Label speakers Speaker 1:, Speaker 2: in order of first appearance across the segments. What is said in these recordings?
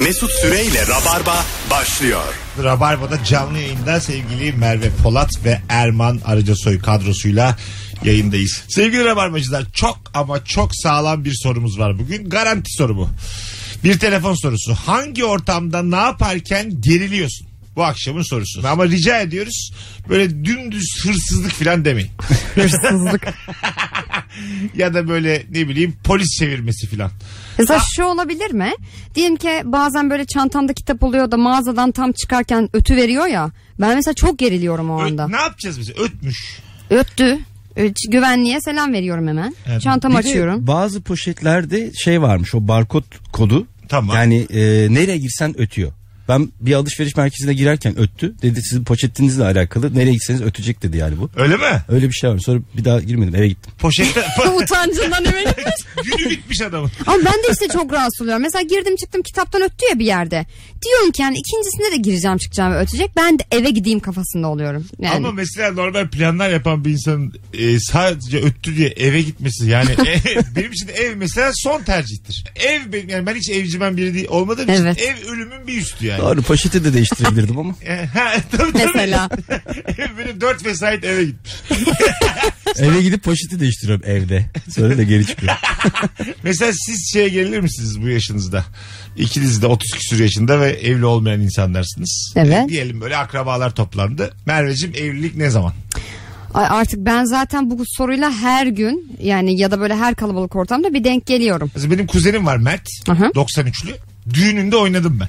Speaker 1: Mesut Süreyle Rabarba başlıyor.
Speaker 2: Rabarba'da canlı yayında sevgili Merve Polat ve Erman Arıcasoy kadrosuyla yayındayız. Sevgili Rabarbacılar çok ama çok sağlam bir sorumuz var bugün. Garanti soru bu. Bir telefon sorusu. Hangi ortamda ne yaparken geriliyorsun? Bu akşamın sorusu. Ama rica ediyoruz böyle dümdüz hırsızlık falan demeyin.
Speaker 3: Hırsızlık.
Speaker 2: ya da böyle ne bileyim polis çevirmesi falan.
Speaker 3: Mesela şu olabilir mi? Diyelim ki bazen böyle çantanda kitap oluyor da mağazadan tam çıkarken ötü veriyor ya. Ben mesela çok geriliyorum o
Speaker 2: Ö-
Speaker 3: anda.
Speaker 2: ne yapacağız biz? Ötmüş.
Speaker 3: Öttü. Ö- Güvenliğe selam veriyorum hemen.
Speaker 2: Evet.
Speaker 3: Çantamı
Speaker 4: Bir de
Speaker 3: açıyorum.
Speaker 4: bazı poşetlerde şey varmış o barkod kodu.
Speaker 2: Tamam.
Speaker 4: Yani e, nereye girsen ötüyor. Ben bir alışveriş merkezine girerken öttü. Dedi sizin poşetinizle alakalı nereye gitseniz ötecek dedi yani bu.
Speaker 2: Öyle mi?
Speaker 4: Öyle bir şey var. Sonra bir daha girmedim eve gittim.
Speaker 2: Poşette
Speaker 3: Utancından eminim.
Speaker 2: günü bitmiş adamın.
Speaker 3: Ama ben de işte çok rahatsız oluyorum. Mesela girdim çıktım kitaptan öttü ya bir yerde. Diyorum ki yani ikincisinde de gireceğim çıkacağım ve ötecek. Ben de eve gideyim kafasında oluyorum. Yani.
Speaker 2: Ama mesela normal planlar yapan bir insanın e, sadece öttü diye eve gitmesi yani e, benim için ev mesela son tercihtir. Ev benim yani ben hiç evcimen biri değil olmadığım
Speaker 3: Evet.
Speaker 2: için ev ölümün bir üstü yani.
Speaker 4: Doğru poşeti de değiştirebilirdim ama
Speaker 2: E, ha, tabii, tabii.
Speaker 3: Mesela.
Speaker 2: Ev Böyle dört vesait eve gitmiş.
Speaker 4: eve gidip poşeti değiştiriyorum evde. Sonra da geri çıkıyorum.
Speaker 2: Mesela siz şeye gelir misiniz bu yaşınızda? İkiniz de 30 küsur yaşında ve evli olmayan insanlarsınız.
Speaker 3: Evet.
Speaker 2: E, diyelim böyle akrabalar toplandı. Merveciğim evlilik ne zaman?
Speaker 3: Ay artık ben zaten bu soruyla her gün yani ya da böyle her kalabalık ortamda bir denk geliyorum.
Speaker 2: Mesela benim kuzenim var Mert.
Speaker 3: Aha.
Speaker 2: 93'lü. Düğününde oynadım ben.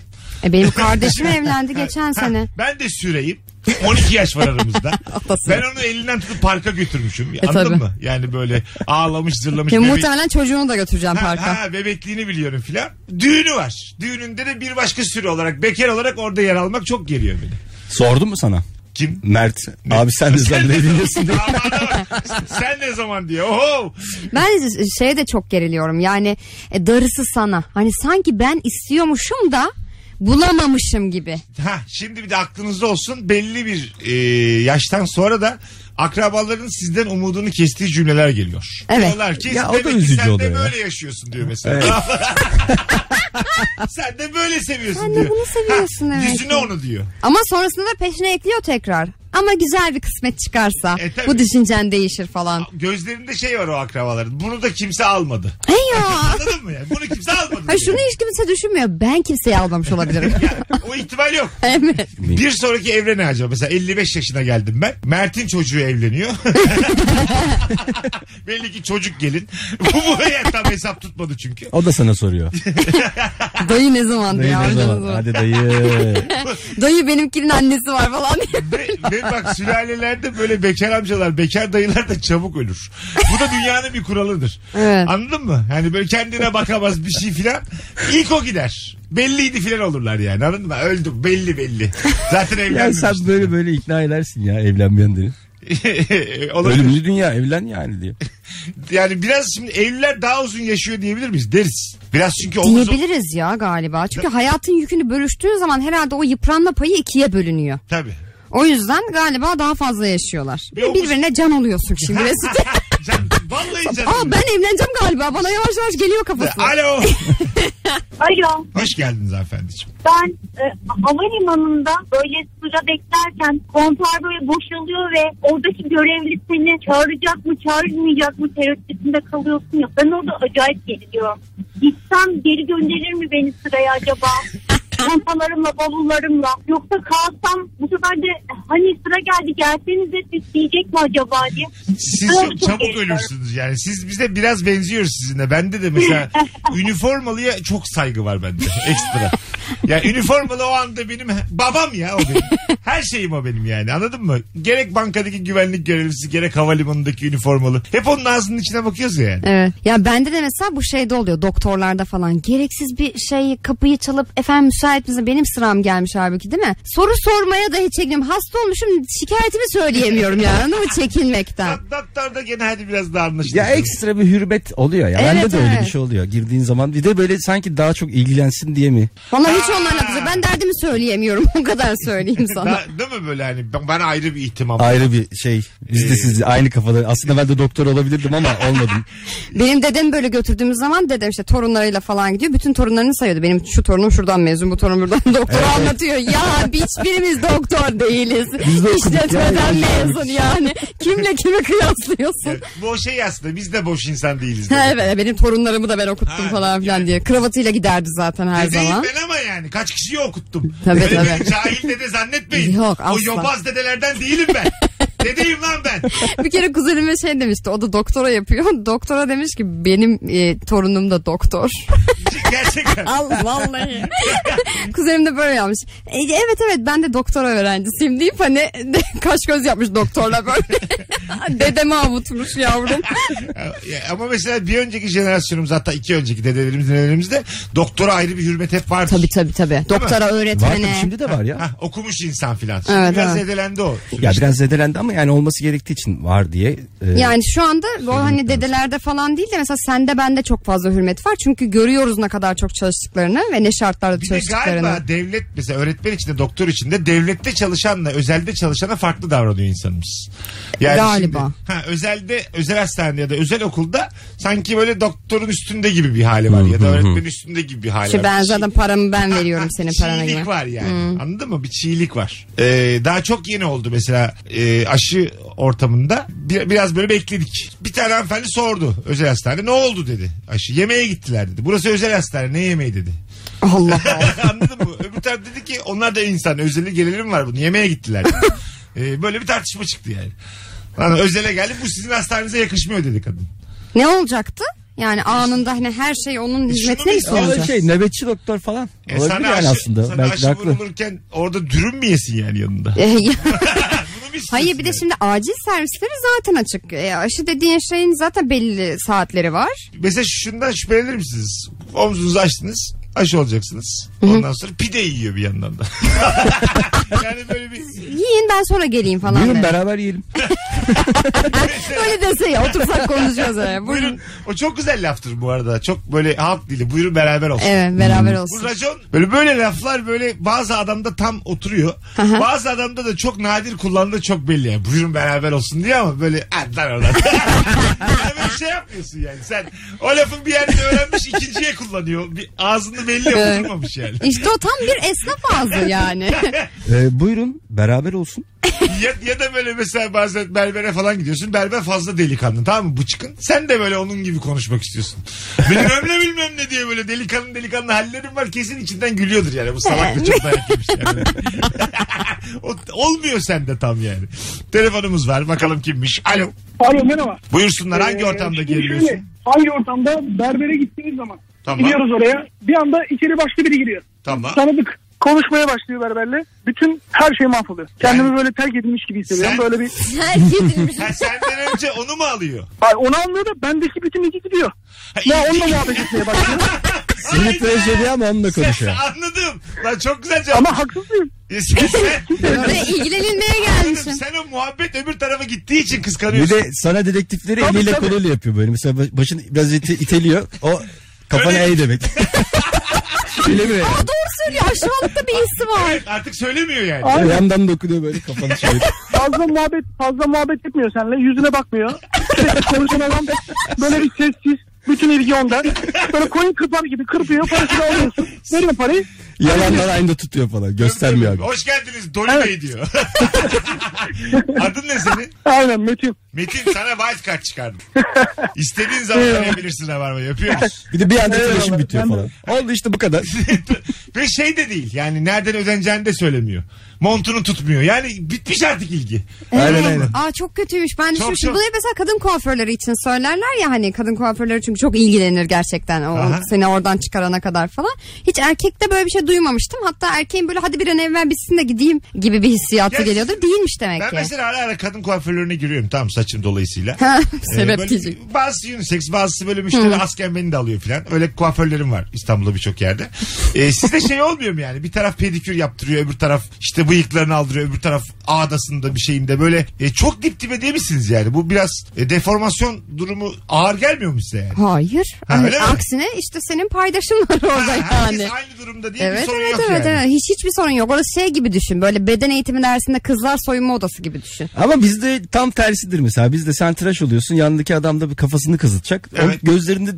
Speaker 3: E benim kardeşim evlendi geçen sene.
Speaker 2: Ben de süreyim. 12 yaş var aramızda.
Speaker 3: Atası. E,
Speaker 2: ben onu elinden tutup parka götürmüşüm. Anladın
Speaker 3: tabii.
Speaker 2: mı? Yani böyle ağlamış zırlamış.
Speaker 3: Ya
Speaker 2: bebek-
Speaker 3: muhtemelen çocuğunu da götüreceğim
Speaker 2: Ha,
Speaker 3: parka.
Speaker 2: ha, bebekliğini biliyorum filan. Düğünü var. Düğününde de bir başka süre olarak bekar olarak orada yer almak çok geliyor beni.
Speaker 4: Sordum mu sana?
Speaker 2: Kim?
Speaker 4: Mert abi sen de zannediyorsun.
Speaker 2: Damada bak. Sen ne zaman diye. Oho.
Speaker 3: Ben de şeye de çok geriliyorum yani e, darısı sana. Hani sanki ben istiyormuşum da bulamamışım gibi.
Speaker 2: Ha, şimdi bir de aklınızda olsun belli bir e, yaştan sonra da akrabaların sizden umudunu kestiği cümleler geliyor.
Speaker 3: Evet.
Speaker 2: Diyorlar ki
Speaker 4: Ya o da
Speaker 2: demek ki
Speaker 4: üzücü
Speaker 2: sen de
Speaker 4: oluyor ya."
Speaker 2: böyle yaşıyorsun diyor mesela. sen de böyle seviyorsun
Speaker 3: Sen de
Speaker 2: diyor.
Speaker 3: bunu seviyorsun demek
Speaker 2: Yüzüne
Speaker 3: ki.
Speaker 2: onu diyor.
Speaker 3: Ama sonrasında da peşine ekliyor tekrar. Ama güzel bir kısmet çıkarsa
Speaker 2: E, tabii.
Speaker 3: bu düşüncen değişir falan.
Speaker 2: Gözlerinde şey var o akrabaların. Bunu da kimse almadı.
Speaker 3: Hey ya.
Speaker 2: Anladın mı yani? Bunu kimse almadı.
Speaker 3: Hayır
Speaker 2: diyor.
Speaker 3: şunu hiç kimse düşünmüyor. Ben kimseyi almamış olabilirim.
Speaker 2: O ihtimal yok.
Speaker 3: evet.
Speaker 2: Bir sonraki evre ne acaba? Mesela 55 yaşına geldim ben. Mert'in çocuğu evleniyor. Belli ki çocuk gelin. Bu buraya tam hesap tutmadı çünkü.
Speaker 4: O da sana soruyor.
Speaker 3: Dayı ne zaman
Speaker 4: Dayı
Speaker 3: diyor.
Speaker 4: ne zaman? Hadi dayı.
Speaker 3: Dayı benimkinin annesi var falan diye.
Speaker 2: Ve, ve bak sülalelerde böyle bekar amcalar, bekar dayılar da çabuk ölür. Bu da dünyanın bir kuralıdır.
Speaker 3: Evet.
Speaker 2: Anladın mı? Hani böyle kendine bakamaz bir şey filan. İlk o gider. Belliydi filan olurlar yani anladın mı? Öldüm belli belli. Zaten
Speaker 4: Ya
Speaker 2: evlenmemiştim.
Speaker 4: sen böyle böyle ikna edersin ya evlenmeyenleri.
Speaker 2: Olabilir.
Speaker 4: Ölümlü dünya evlen yani diye.
Speaker 2: Yani biraz şimdi evliler daha uzun yaşıyor diyebilir miyiz? Deriz. Biraz çünkü omuz,
Speaker 3: Diyebiliriz ya galiba. Çünkü hayatın yükünü bölüştüğün zaman herhalde o yıpranma payı ikiye bölünüyor.
Speaker 2: Tabii.
Speaker 3: O yüzden galiba daha fazla yaşıyorlar.
Speaker 2: Bir omuz-
Speaker 3: Birbirine can oluyorsun şimdi. Mesut.
Speaker 2: Can, vallahi canım.
Speaker 3: Aa ben evleneceğim galiba. Bana yavaş yavaş geliyor kafası.
Speaker 2: Alo.
Speaker 5: Alo.
Speaker 2: Hoş geldiniz hanımefendiciğim.
Speaker 5: Ben e, havalimanında böyle sıra beklerken konser böyle boşalıyor ve oradaki görevli seni çağıracak mı çağırmayacak mı tereddütünde kalıyorsun ya. Ben orada acayip geriliyorum. Gitsem geri gönderir mi beni sıraya acaba? Çantalarımla, bavullarımla. Yoksa kalsam bu sefer de hani sıra geldi gelseniz de siz diyecek mi acaba diye.
Speaker 2: Siz
Speaker 5: Ben
Speaker 2: çok çabuk
Speaker 5: geriliyorum.
Speaker 2: ölürsünüz yani. Siz bize biraz benziyoruz sizinle. Bende de mesela üniformalıya çok saygı var bende. Ekstra. Ya üniformalı o anda benim babam ya o benim. Her şeyim o benim yani anladın mı? Gerek bankadaki güvenlik görevlisi gerek havalimanındaki üniformalı. Hep onun ağzının içine bakıyoruz ya yani.
Speaker 3: Evet. Ya bende de mesela bu şeyde oluyor doktorlarda falan. Gereksiz bir şey kapıyı çalıp efendim müsait misin? Benim sıram gelmiş halbuki değil mi? Soru sormaya da hiç çekiniyorum. Hasta olmuşum şikayetimi söyleyemiyorum yani anladın mı? Çekinmekten.
Speaker 2: Doktor da gene hadi biraz daha anlaşılır.
Speaker 4: Ya ekstra bir hürmet oluyor ya.
Speaker 3: Evet,
Speaker 4: Bende de öyle
Speaker 3: evet.
Speaker 4: bir şey oluyor. Girdiğin zaman bir de böyle sanki daha çok ilgilensin diye mi?
Speaker 3: Bana hiç onlarla atacak. Ben derdimi söyleyemiyorum. O kadar söyleyeyim sana.
Speaker 2: Ben- değil mi böyle hani ben- bana ayrı bir ihtimam.
Speaker 4: Ayrı bir şey.
Speaker 2: Ee,
Speaker 4: Biz de siz aynı kafada. Aslında ben de doktor olabilirdim ama olmadım.
Speaker 3: Benim dedem böyle götürdüğümüz zaman dedem işte torunlarıyla falan gidiyor. Bütün torunlarını sayıyordu. Benim şu torunum şuradan mezun, bu torunum buradan doktor anlatıyor. Ya hiçbirimiz doktor değiliz.
Speaker 4: Biz de okuduk
Speaker 3: İşletmeden
Speaker 4: ya, yani.
Speaker 3: mezun yani. Kimle kimi kıyaslıyorsun?
Speaker 2: Bu şey aslında biz de boş insan değiliz.
Speaker 3: Ha,
Speaker 2: dedi.
Speaker 3: evet benim torunlarımı da ben okuttum
Speaker 2: Ha,
Speaker 3: falan filan diye. Kravatıyla giderdi zaten her
Speaker 2: Dedeyim
Speaker 3: zaman.
Speaker 2: E, ben ama yani kaç kişiyi okuttum.
Speaker 3: Tabii,
Speaker 2: Öyle
Speaker 3: tabii.
Speaker 2: bir Cahil dede zannetmeyin.
Speaker 3: Yok,
Speaker 2: O
Speaker 3: asla.
Speaker 2: yobaz dedelerden değilim ben. dedeyim lan ben.
Speaker 3: Bir kere kuzenime şey demişti. O da doktora yapıyor. Doktora demiş ki benim e, torunum da doktor.
Speaker 2: Gerçekten.
Speaker 3: Al vallahi. Kuzenim de böyle yapmış. E, evet evet ben de doktora öğrencisiyim deyip hani kaş göz yapmış doktorla böyle. Dedemi avutmuş yavrum.
Speaker 2: Ya Ama mesela bir önceki jenerasyonumuz hatta iki önceki dedelerimiz nelerimiz de doktora ayrı bir hürmet hep vardır.
Speaker 3: tabii tabii tabii. Doktora
Speaker 4: Var
Speaker 3: öğretmene.
Speaker 4: tabii şimdi de var ya.
Speaker 2: Hah, okumuş insan filan. Şimdi
Speaker 3: Evet,
Speaker 2: biraz
Speaker 3: evet.
Speaker 2: zedelendi o.
Speaker 4: Ya biraz zedelendi ama yani olması gerektiği için var diye. e,
Speaker 3: Yani şu anda o hani dedelerde falan değil de mesela sende bende çok fazla hürmet var. Çünkü görüyoruz ne kadar çok çalıştıklarını ve ne şartlarda
Speaker 2: Bir de
Speaker 3: çalıştıklarını.
Speaker 2: galiba devlet mesela öğretmen içinde doktor içinde devlette çalışanla özelde çalışana farklı davranıyor insanımız.
Speaker 3: Galiba.
Speaker 2: şimdi- ha, özelde özel hastanede ya da özel okulda sanki böyle doktorun üstünde gibi bir hali var ya da öğretmenin üstünde gibi bir hali
Speaker 3: Ki
Speaker 2: var.
Speaker 3: ben
Speaker 2: Bir şey-
Speaker 3: zaten paramı ben veriyorum
Speaker 2: Ha,
Speaker 3: senin parana
Speaker 2: Çiğlik
Speaker 3: gibi.
Speaker 2: var yani. Anladın mı? Bir çiğlik var. Ee, daha çok yeni oldu mesela e, aşı ortamında. Bir- biraz böyle bekledik. Bir tane hanımefendi sordu özel hastane. Ne oldu dedi aşı. Yemeğe gittiler dedi. Burası özel hastane ne yemeği dedi.
Speaker 3: Allah Allah.
Speaker 2: Anladın mı? Öbür taraf dedi ki onlar da insan. Özeli gelelim var bunu. Yemeğe gittiler. Ee, böyle bir tartışma çıktı yani. Lan özele geldi bu sizin hastanenize yakışmıyor dedi kadın.
Speaker 3: Ne olacaktı? Yani anında hani her şey
Speaker 2: E,
Speaker 3: onun hizmetine mi
Speaker 2: biz-
Speaker 4: Ama
Speaker 3: sunulacak?
Speaker 4: şey nöbetçi doktor falan.
Speaker 2: E,
Speaker 4: Olabilir yani
Speaker 2: sana
Speaker 4: aslında. Belki
Speaker 2: aşı
Speaker 4: de haklı.
Speaker 2: vurulurken orada dürüm mü yesin yani yanında?
Speaker 3: Eh, ya-
Speaker 2: Bunu mu istiyorsun
Speaker 3: Hayır bir de
Speaker 2: yani?
Speaker 3: şimdi acil servisleri zaten açık. E, aşı dediğin şeyin zaten belli saatleri var.
Speaker 2: Mesela şundan şüphelenir misiniz? Omzunuzu açtınız. Aşı olacaksınız. Ondan sonra pide yiyor bir yandan da. yani böyle bir...
Speaker 3: Yiyin ben sonra geleyim falan.
Speaker 4: Buyurun
Speaker 3: de.
Speaker 4: beraber yiyelim.
Speaker 3: Öyle dese ya otursak konuşuyoruz. öyle. Buyurun.
Speaker 2: Buyurun. O çok güzel laftır bu arada. Çok böyle halk dili. Buyurun beraber olsun.
Speaker 3: Evet beraber
Speaker 2: Bu
Speaker 3: olsun.
Speaker 2: racon böyle böyle laflar böyle bazı adamda tam oturuyor. bazı adamda da çok nadir kullandığı çok belli. Yani buyurun beraber olsun diye ama böyle "Ah, lan oradan. yani böyle şey yapmıyorsun yani. Sen o lafın bir yerde öğrenmiş ikinciye kullanıyor. Bir ağzını belli
Speaker 3: Evet.
Speaker 2: oturmamış yani.
Speaker 3: İşte o tam bir esnaf ağzı yani.
Speaker 4: E, buyurun beraber olsun.
Speaker 2: ya, ya da böyle mesela bazen berbere falan gidiyorsun. Berber fazla delikanlı tamam mı? Bıçkın. Sen de böyle onun gibi konuşmak istiyorsun. Bilmem ne bilmem ne diye böyle delikanlı delikanlı hallerim var. Kesin içinden gülüyordur yani. Bu salak da çok dayak yemiş yani. O- Olmuyor sende tam yani. Telefonumuz var. Bakalım kimmiş. Alo.
Speaker 6: Alo merhaba.
Speaker 2: Buyursunlar.
Speaker 6: Ee,
Speaker 2: Hangi ortamda
Speaker 6: şimdi şöyle,
Speaker 2: geriliyorsun?
Speaker 6: Hangi ortamda berbere gittiğiniz zaman
Speaker 2: Tamam.
Speaker 6: gidiyoruz oraya. Bir anda içeri başka biri giriyor.
Speaker 2: Tamam.
Speaker 6: Tanıdık. Konuşmaya başlıyor berberle. Bütün her şey mahvoluyor. Kendimi böyle terk edilmiş gibi hissediyorum.
Speaker 2: Sen-
Speaker 6: Böyle bir
Speaker 3: Terk edilmiş.
Speaker 2: Ha, senden önce onu mu alıyor?
Speaker 6: Ay, onu anlıyor da bendeki bütün ilgi gidiyor. Ya onunla muhabbet etmeye başlıyor.
Speaker 4: Sinir trajedi ama onunla konuşuyor.
Speaker 2: Anladım. Lan çok güzel cevap. E,
Speaker 6: Ama haksız mıyım?
Speaker 2: Sen- sen-
Speaker 3: Oraya ilgilenilmeye
Speaker 2: Anladım.
Speaker 3: gelmişim.
Speaker 2: Sen o muhabbet öbür tarafa gittiği için
Speaker 4: Bir
Speaker 2: kıskanıyorsun.
Speaker 4: de sana dedektifleri
Speaker 6: Tabii,
Speaker 4: eliyle
Speaker 6: tabii.
Speaker 4: koluyla yapıyor böyle. Mesela baş- başını biraz ite- iteliyor. O kafana
Speaker 2: Öyle-
Speaker 4: ey demek. Öyle mi?
Speaker 3: Aa, doğru söylüyor. Aşağılıkta bir hissi var.
Speaker 2: Artık söylemiyor yani.
Speaker 6: Ay,
Speaker 4: Yandan dokunuyor böyle kafanı şey şöyle.
Speaker 6: fazla muhabbet fazla muhabbet etmiyor seninle. Yüzüne bakmıyor. Sürekli Konuşan adam böyle bir sessiz. Bütün ilgi onda. Böyle koyun kırpar gibi kırpıyor. Parasını alıyorsun. Veriyor parayı.
Speaker 4: Yalandan aynı tutuyor falan. Göstermiyor abi.
Speaker 2: Hoş geldiniz Doli Bey diyor. Adın ne senin?
Speaker 6: Aynen Metin.
Speaker 2: Metin sana wildcard çıkardım. İstediğin zaman arayabilirsin Rabarba yapıyoruz.
Speaker 4: Bir de bir anda
Speaker 6: Evet,
Speaker 4: tıraşım
Speaker 6: evet,
Speaker 4: bitiyor
Speaker 6: ben de-
Speaker 4: falan. Oldu işte bu kadar.
Speaker 2: Ve şey de değil yani nereden özeneceğini de söylemiyor. Montunu tutmuyor. Yani bitmiş artık ilgi.
Speaker 4: Aynen aynen.
Speaker 3: Aa çok kötüymüş. Ben
Speaker 2: Çok,
Speaker 3: düşünmüştüm.
Speaker 2: çok.
Speaker 3: Bunu hep mesela kadın kuaförleri için söylerler ya hani kadın kuaförleri çünkü çok ilgilenir gerçekten. O
Speaker 2: Aha.
Speaker 3: seni oradan çıkarana kadar falan. Hiç erkekte böyle bir şey duymamıştım. Hatta erkeğin böyle hadi bir an evvel bitsin de gideyim gibi bir hissiyatı
Speaker 2: Ya,
Speaker 3: geliyordur. Değilmiş demek
Speaker 2: Ben
Speaker 3: ki.
Speaker 2: mesela ara ara kadın kuaförlerine giriyorum. Tamam saçım dolayısıyla. Ee,
Speaker 3: Sebep
Speaker 2: böyle
Speaker 3: diyecek.
Speaker 2: Bazısı unisex bazısı böyle müşteri asken beni de alıyor filan. Öyle kuaförlerim var İstanbul'da birçok yerde. Ee, sizde şey olmuyor mu yani? Bir taraf pedikür yaptırıyor öbür taraf işte bıyıklarını aldırıyor öbür taraf ağdasında bir şeyinde böyle e, çok dip dibe değil misiniz yani? Bu biraz e, deformasyon durumu ağır gelmiyor mu size yani?
Speaker 3: Hayır.
Speaker 2: Ha,
Speaker 3: Hani
Speaker 2: öyle mi?
Speaker 3: aksine işte senin paydaşın var orada
Speaker 2: Ha, herkes
Speaker 3: yani.
Speaker 2: aynı durumda diye bir
Speaker 3: Evet
Speaker 2: sorun
Speaker 3: evet
Speaker 2: yok
Speaker 3: evet,
Speaker 2: yani.
Speaker 3: evet. Hiç hiçbir sorun yok. Orası şey gibi düşün. Böyle beden eğitimi dersinde kızlar soyunma odası gibi düşün.
Speaker 4: Ama bizde tam tersidir mesela. Bizde sen tıraş oluyorsun yanındaki adam da bir kafasını kızıtacak. O
Speaker 2: Evet.
Speaker 4: gözlerini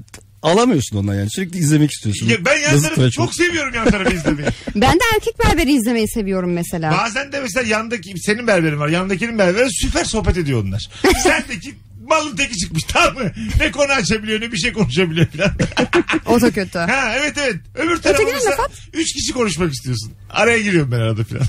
Speaker 4: alamıyorsun ondan yani. Sürekli izlemek istiyorsun.
Speaker 2: Ya ben yan
Speaker 4: Nasıl
Speaker 2: tarafı
Speaker 4: tıraş
Speaker 2: çok
Speaker 4: oldu?
Speaker 2: seviyorum yan tarafı izlemeyi.
Speaker 3: Ben de erkek berberi izlemeyi seviyorum mesela.
Speaker 2: Bazen de mesela yandaki senin berberin var. Yandakinin berberi süper sohbet ediyor onlar. Sendeki malın teki çıkmış tamam mı? Ne konu açabiliyor ne bir şey konuşabiliyor falan.
Speaker 3: O da kötü.
Speaker 2: ha evet evet. Öbür tarafı
Speaker 3: Ötekine
Speaker 2: mesela
Speaker 3: laf
Speaker 2: üç kişi konuşmak istiyorsun. Araya giriyorum ben arada falan.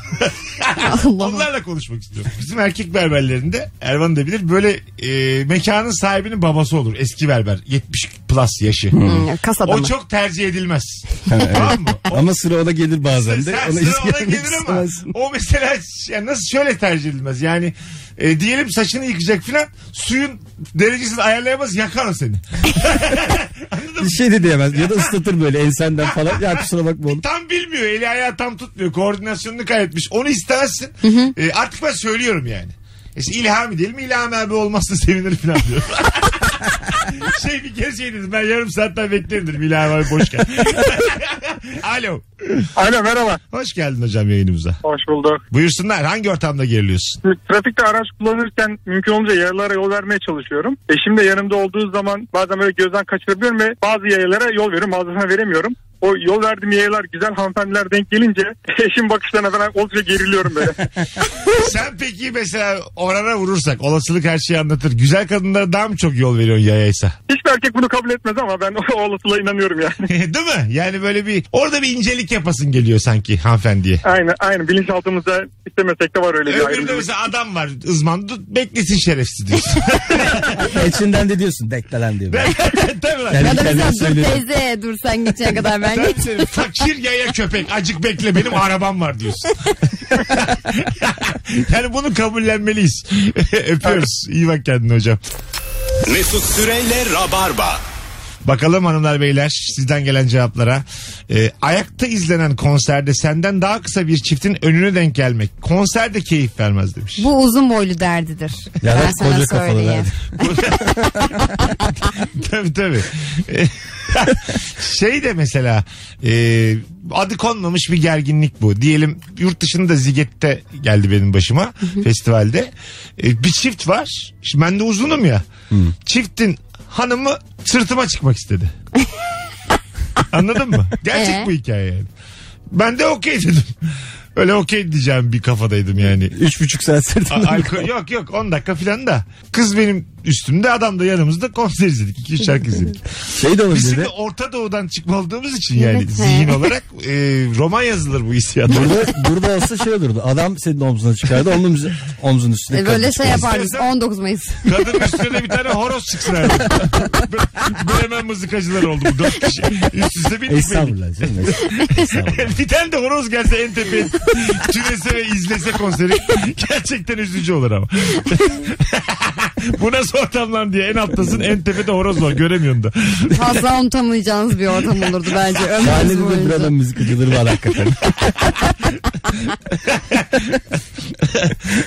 Speaker 3: Allah.
Speaker 2: Onlarla konuşmak istiyorum. Bizim erkek berberlerinde Ervan da bilir böyle e, mekanın sahibinin babası olur. Eski berber. 70 plus yaşı.
Speaker 3: Hmm, Kas
Speaker 2: O
Speaker 3: adamı.
Speaker 2: çok tercih edilmez.
Speaker 4: Ha, evet.
Speaker 2: tamam mı? O
Speaker 4: Ama sıra ona gelir bazen de.
Speaker 2: Sen
Speaker 4: Ona
Speaker 2: sıra
Speaker 4: hiç
Speaker 2: ona
Speaker 4: gelmek
Speaker 2: gelir ama
Speaker 4: istemezsin.
Speaker 2: o mesela yani nasıl şöyle tercih edilmez yani e, diyelim saçını yıkacak filan suyun derecesini ayarlayamaz yakar o seni.
Speaker 4: Bir şey de diyemez. Ya da ıslatır böyle ensenden falan. Ya kusura bakma oğlum.
Speaker 2: Tam bilmiyor eli ayağı tam tutmuyor koordinasyonunu kaybetmiş onu istemezsin E, artık ben söylüyorum yani. E, İşte İlhami diyelim İlhami abi olmazsa sevinir filan diyor. şey bir kez şey dedim ben yarım saatten beklerim dedim İlhami abi boşken. Alo.
Speaker 6: Alo merhaba.
Speaker 2: Hoş geldin hocam yayınımıza.
Speaker 6: Hoş bulduk.
Speaker 2: Buyursunlar hangi ortamda geriliyorsun?
Speaker 6: Trafikte araç kullanırken mümkün olunca yayalara yol vermeye çalışıyorum. Eşim de yanımda olduğu zaman bazen böyle gözden kaçırabiliyorum ve bazı yayalara yol veriyorum bazılarına veremiyorum. O yol verdiğim yayalar güzel hanımefendiler denk gelince eşim bakışlarına falan oldukça geriliyorum böyle.
Speaker 2: Sen peki mesela orana vurursak olasılık her şeyi anlatır. Güzel kadınlara daha mı çok yol veriyorsun yayaysa?
Speaker 6: Hiçbir erkek bunu kabul etmez ama ben o olasılığa inanıyorum yani.
Speaker 2: Değil mi? Yani böyle bir orada bir incelik yapasın geliyor sanki hanımefendiye.
Speaker 6: Aynen aynen bilinçaltımızda istemesek de var öyle bir
Speaker 2: Öbüründe
Speaker 6: ayrımcılık.
Speaker 2: mesela adam var ızmandı beklesin şerefsiz diyorsun.
Speaker 4: İçinden de diyorsun. Bekle lan diyor. böyle.
Speaker 2: Tabii lan.
Speaker 4: Yani
Speaker 3: Ya da
Speaker 4: kendine
Speaker 3: mesela dur
Speaker 4: söylüyor.
Speaker 3: teyze dur sen gideceğine kadar ben
Speaker 2: Tabii
Speaker 3: geç.
Speaker 2: tabii. Fakir yaya köpek acık bekle benim arabam var diyorsun. yani bunu kabullenmeliyiz. Öpüyoruz. İyi bak kendine hocam.
Speaker 1: Mesut Süreyle Rabarba.
Speaker 2: Bakalım hanımlar beyler sizden gelen cevaplara. Ee, ayakta izlenen konserde senden daha kısa bir çiftin önüne denk gelmek. Konserde keyif vermez demiş.
Speaker 3: Bu uzun boylu derdidir.
Speaker 4: Ya
Speaker 3: ben
Speaker 4: da koca
Speaker 3: sana
Speaker 4: kafalı
Speaker 3: söyleyeyim.
Speaker 4: derdi.
Speaker 2: tabii tabii. Ee, şey de mesela e, adı konmamış bir gerginlik bu. Diyelim yurt dışında Ziget'te geldi benim başıma festivalde. E, bir çift var. Şimdi ben de uzunum ya. Çiftin hanımı sırtıma çıkmak istedi. Anladın mı? Gerçek
Speaker 3: Ee?
Speaker 2: bu hikaye yani. Ben de okey dedim. Öyle okey diyeceğim bir kafadaydım yani.
Speaker 4: Üç buçuk saat sürdü.
Speaker 2: A- alkol- yok yok 10 dakika filan da. Kız benim üstümde adam da yanımızda konser izledik. 2-3 şarkı izledik.
Speaker 4: Şey de
Speaker 2: Biz
Speaker 4: olabilir.
Speaker 2: şimdi
Speaker 4: de,
Speaker 2: Orta Doğu'dan çıkma olduğumuz için yani
Speaker 3: Evet,
Speaker 2: zihin
Speaker 3: he.
Speaker 2: olarak e, roman yazılır bu hissiyatla.
Speaker 4: Burada, burada olsa şey olurdu. Adam senin omzuna çıkardı. Onun omzu- omzunun üstüne.
Speaker 3: E,
Speaker 4: kadın
Speaker 3: Böyle şey
Speaker 4: çıkardı.
Speaker 3: yaparız 19 Mayıs.
Speaker 2: Kadın üstüne de bir tane horoz çıksın herhalde. Bre- Bremen mızıkacılar oldu bu dört kişi. Üst üste bindik belli.
Speaker 4: Estağfurullah. canım, Estağfurullah.
Speaker 2: bir tane de horoz gelse en tepeye tünese ve izlese konseri gerçekten üzücü olur ama. Bu nasıl ortam lan diye en alttasın en tepede horoz var göremiyorsun da.
Speaker 3: Fazla unutamayacağınız bir ortam olurdu bence. Ömrünüz
Speaker 4: Sahnede de
Speaker 3: boyunca.
Speaker 4: buranın müzikacıları var hakikaten.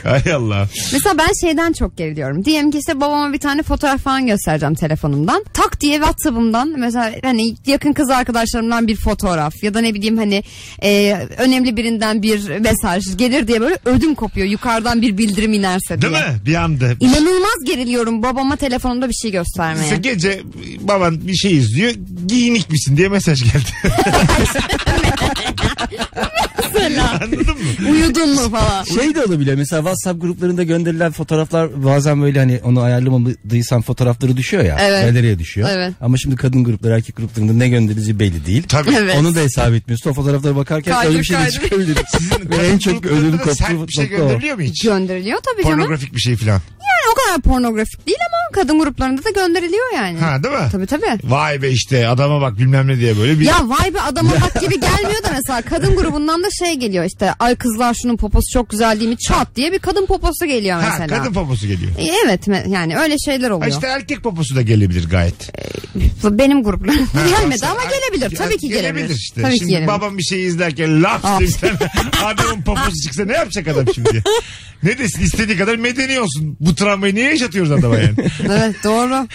Speaker 2: Hay Allah.
Speaker 3: Mesela ben şeyden çok geriliyorum. Diyelim ki işte babama bir tane fotoğraf falan göstereceğim telefonumdan. Tak diye Whatsapp'ımdan mesela hani yakın kız arkadaşlarımdan bir fotoğraf ya da ne bileyim hani e, önemli birinden bir mesaj gelir diye böyle ödüm kopuyor. Yukarıdan bir bildirim inerse diye.
Speaker 2: Değil mi? Bir anda.
Speaker 3: İnanılmaz geriliyorum babama telefonumda bir şey göstermeye.
Speaker 2: Mesela gece baban bir şey izliyor. Giyinik misin diye mesaj geldi. Anladın mı?
Speaker 3: Uyudun mu falan.
Speaker 4: Şey de olabiliyor mesela WhatsApp gruplarında gönderilen fotoğraflar bazen böyle hani onu ayarlamadıysan fotoğrafları düşüyor ya.
Speaker 3: Evet.
Speaker 4: Galeriye düşüyor.
Speaker 3: Evet.
Speaker 4: Ama şimdi kadın grupları erkek gruplarında ne göndereceği belli değil.
Speaker 2: Tabii.
Speaker 3: Evet.
Speaker 4: Onu da hesap etmiyorsun. O fotoğraflara bakarken
Speaker 3: Kaydır,
Speaker 4: öyle bir şey de
Speaker 3: kaydır.
Speaker 4: çıkabilir.
Speaker 2: Sizin
Speaker 4: Ve en çok
Speaker 2: gruplarında
Speaker 4: ödüm
Speaker 2: da
Speaker 4: koptuğu
Speaker 2: sert bir şey
Speaker 4: nokta o.
Speaker 2: gönderiliyor mu hiç?
Speaker 3: Gönderiliyor tabii canım.
Speaker 2: Pornografik bir şey falan.
Speaker 3: Yani o kadar pornografik değil ama kadın gruplarında da gönderiliyor yani.
Speaker 2: Ha değil mi?
Speaker 3: Tabii tabii.
Speaker 2: Vay be işte adama bak bilmem ne diye böyle bir
Speaker 3: Ya vay be adama bak gibi gelmiyor da mesela var. Kadın grubundan da şey geliyor işte ay kızlar şunun poposu çok güzel değil mi çat diye bir kadın poposu geliyor
Speaker 2: Ha,
Speaker 3: mesela.
Speaker 2: kadın poposu geliyor.
Speaker 3: E, Evet me- yani öyle şeyler
Speaker 2: Ha
Speaker 3: oluyor.
Speaker 2: işte erkek poposu da gelebilir gayet.
Speaker 3: Benim gruplarım gelmedi
Speaker 2: Ha,
Speaker 3: ama gelebilir. Tabii ki gelebilir.
Speaker 2: işte.
Speaker 3: Tabii
Speaker 2: şimdi
Speaker 3: ki gelebilir.
Speaker 2: babam bir şey izlerken laf
Speaker 3: Laf.
Speaker 2: demişsen adamın poposu çıksa ne yapacak adam şimdi? ne desin istediği kadar medeni olsun. Bu travmayı niye yaşatıyoruz adama yani?
Speaker 3: Evet doğru.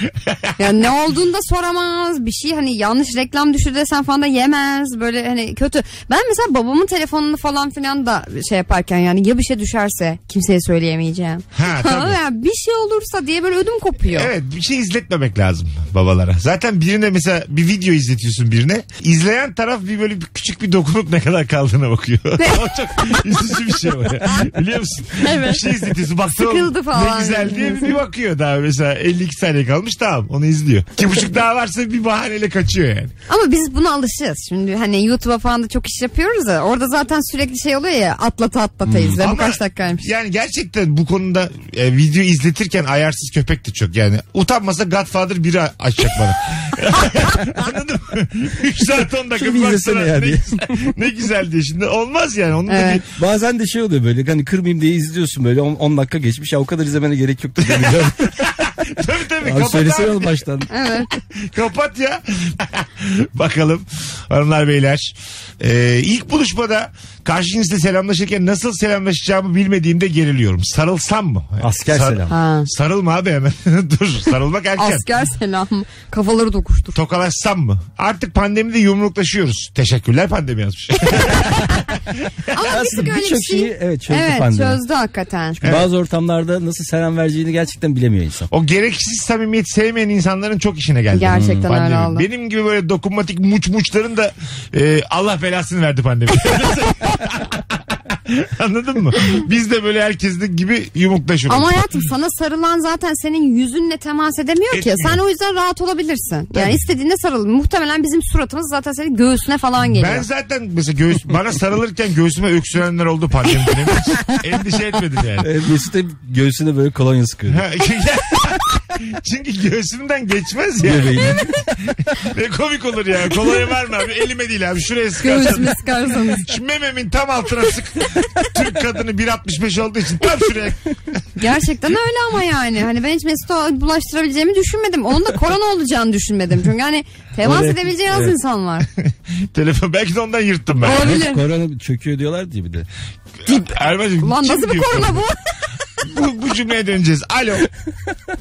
Speaker 3: Yani ne olduğunu da soramaz. Bir şey hani yanlış reklam düşür desen falan da yemez. Böyle hani kötü. Ben mesela babamın telefonunu falan filan da şey yaparken yani ya bir şey düşerse kimseye söyleyemeyeceğim.
Speaker 2: Ha, tabii.
Speaker 3: yani bir şey olursa diye böyle ödüm kopuyor.
Speaker 2: Evet bir şey izletmemek lazım babalara. Zaten birine mesela bir video izletiyorsun birine. İzleyen taraf bir böyle bir küçük bir dokunup ne kadar kaldığına bakıyor. o çok üzücü bir şey var. ya. Biliyor musun?
Speaker 3: Evet.
Speaker 2: Bir şey izletiyorsun. Baktın oğlum,
Speaker 3: Sıkıldı
Speaker 2: Ne
Speaker 3: falan.
Speaker 2: güzel diye bir bakıyor daha mesela 52 saniye kalmış tamam onu izliyor. İki buçuk daha varsa bir bahaneyle kaçıyor yani.
Speaker 3: Ama biz buna alışız. Şimdi hani YouTube'a falan da çok iş yapıyoruz ya. Orada zaten sürekli şey oluyor ya atlata atlata izle. Bu
Speaker 2: Hmm. Ama
Speaker 3: kaç dakikaymış.
Speaker 2: Yani gerçekten bu konuda e, video izletirken ayarsız köpek de çok. Yani utanmasa Godfather 1'i a- açacak bana. Anladın mı? 3 saat 10 dakika bir
Speaker 4: Şunu bir
Speaker 2: baksana.
Speaker 4: izlesene ya
Speaker 2: Ne
Speaker 4: diye.
Speaker 2: güzel- Ne güzel diye şimdi. Olmaz yani. Onun da
Speaker 3: Evet.
Speaker 2: bir-
Speaker 4: Bazen de şey oluyor böyle hani kırmayayım diye izliyorsun böyle 10 dakika geçmiş ya o kadar izlemene gerek yoktu.
Speaker 2: Tabii tabii.
Speaker 4: Abi
Speaker 2: kapat,
Speaker 4: söylesene
Speaker 2: abi.
Speaker 4: oğlum baştan.
Speaker 2: kapat ya. Bakalım hanımlar beyler. Ee, ilk buluşmada karşınızda selamlaşırken nasıl selamlaşacağımı bilmediğimde geriliyorum. Sarılsam mı?
Speaker 4: Asker
Speaker 2: Sar-
Speaker 4: selam.
Speaker 3: Ha.
Speaker 2: Sarılma abi hemen. Dur sarılmak erken.
Speaker 3: Asker selam. Kafaları dokuştur.
Speaker 2: Tokalaşsam mı? Artık pandemide yumruklaşıyoruz. Teşekkürler pandemi yazmış.
Speaker 3: Ama biz
Speaker 4: Aslında
Speaker 3: öyle
Speaker 4: birçok
Speaker 3: bir şey.
Speaker 4: şeyi evet çözdü
Speaker 3: evet
Speaker 4: pandemi.
Speaker 3: çözdü hakikaten.
Speaker 4: Bazı ortamlarda nasıl selam vereceğini gerçekten bilemiyor insan.
Speaker 2: o gereksiz samimiyet sevmeyen insanların çok işine geldi.
Speaker 3: Gerçekten
Speaker 2: Pandemi.
Speaker 3: öyle oldu.
Speaker 2: Benim gibi böyle dokunmatik muç muçların da e, Allah belasını verdi pandemi. Anladın mı? Biz de böyle herkesin gibi yumruklaşıyoruz.
Speaker 3: Ama hayatım sana sarılan zaten senin yüzünle temas edemiyor ki.
Speaker 2: Etmiyor.
Speaker 3: Sen o yüzden rahat olabilirsin.
Speaker 2: Tabii.
Speaker 3: Yani istediğinde sarıl. Muhtemelen bizim suratımız zaten senin göğsüne falan geliyor.
Speaker 2: Ben zaten mesela göğüs, bana sarılırken göğsüme öksürenler oldu pandemi dönemi. Endişe etmedim yani.
Speaker 4: E, Mesut hep göğsüne böyle kolonya sıkıyor.
Speaker 2: Ha, Çünkü göğsümden geçmez ya.
Speaker 4: Göbeğine.
Speaker 2: Ne komik olur ya. Kolaya verme abi. Elime değil abi. Şuraya sıkarsın.
Speaker 3: Göğsüme sıkarsanız.
Speaker 2: Şu mememin tam altına sık. Türk kadını 1.65 olduğu için tam şuraya.
Speaker 3: Gerçekten öyle ama yani. Hani ben hiç Mesut'a bulaştırabileceğimi düşünmedim. Onun da korona olacağını düşünmedim. Çünkü hani temas
Speaker 4: Öyle.
Speaker 3: edebileceği az
Speaker 4: Evet.
Speaker 3: insan var.
Speaker 2: Telefon belki de ondan yırttım ben.
Speaker 3: Olabilir.
Speaker 4: Evet, Korona çöküyor diyorlar diye bir de.
Speaker 2: Erman'cığım.
Speaker 3: Ulan
Speaker 2: kim
Speaker 3: nasıl bir
Speaker 2: diyor?
Speaker 3: korona bu?
Speaker 2: bu? Bu cümleye döneceğiz. Alo.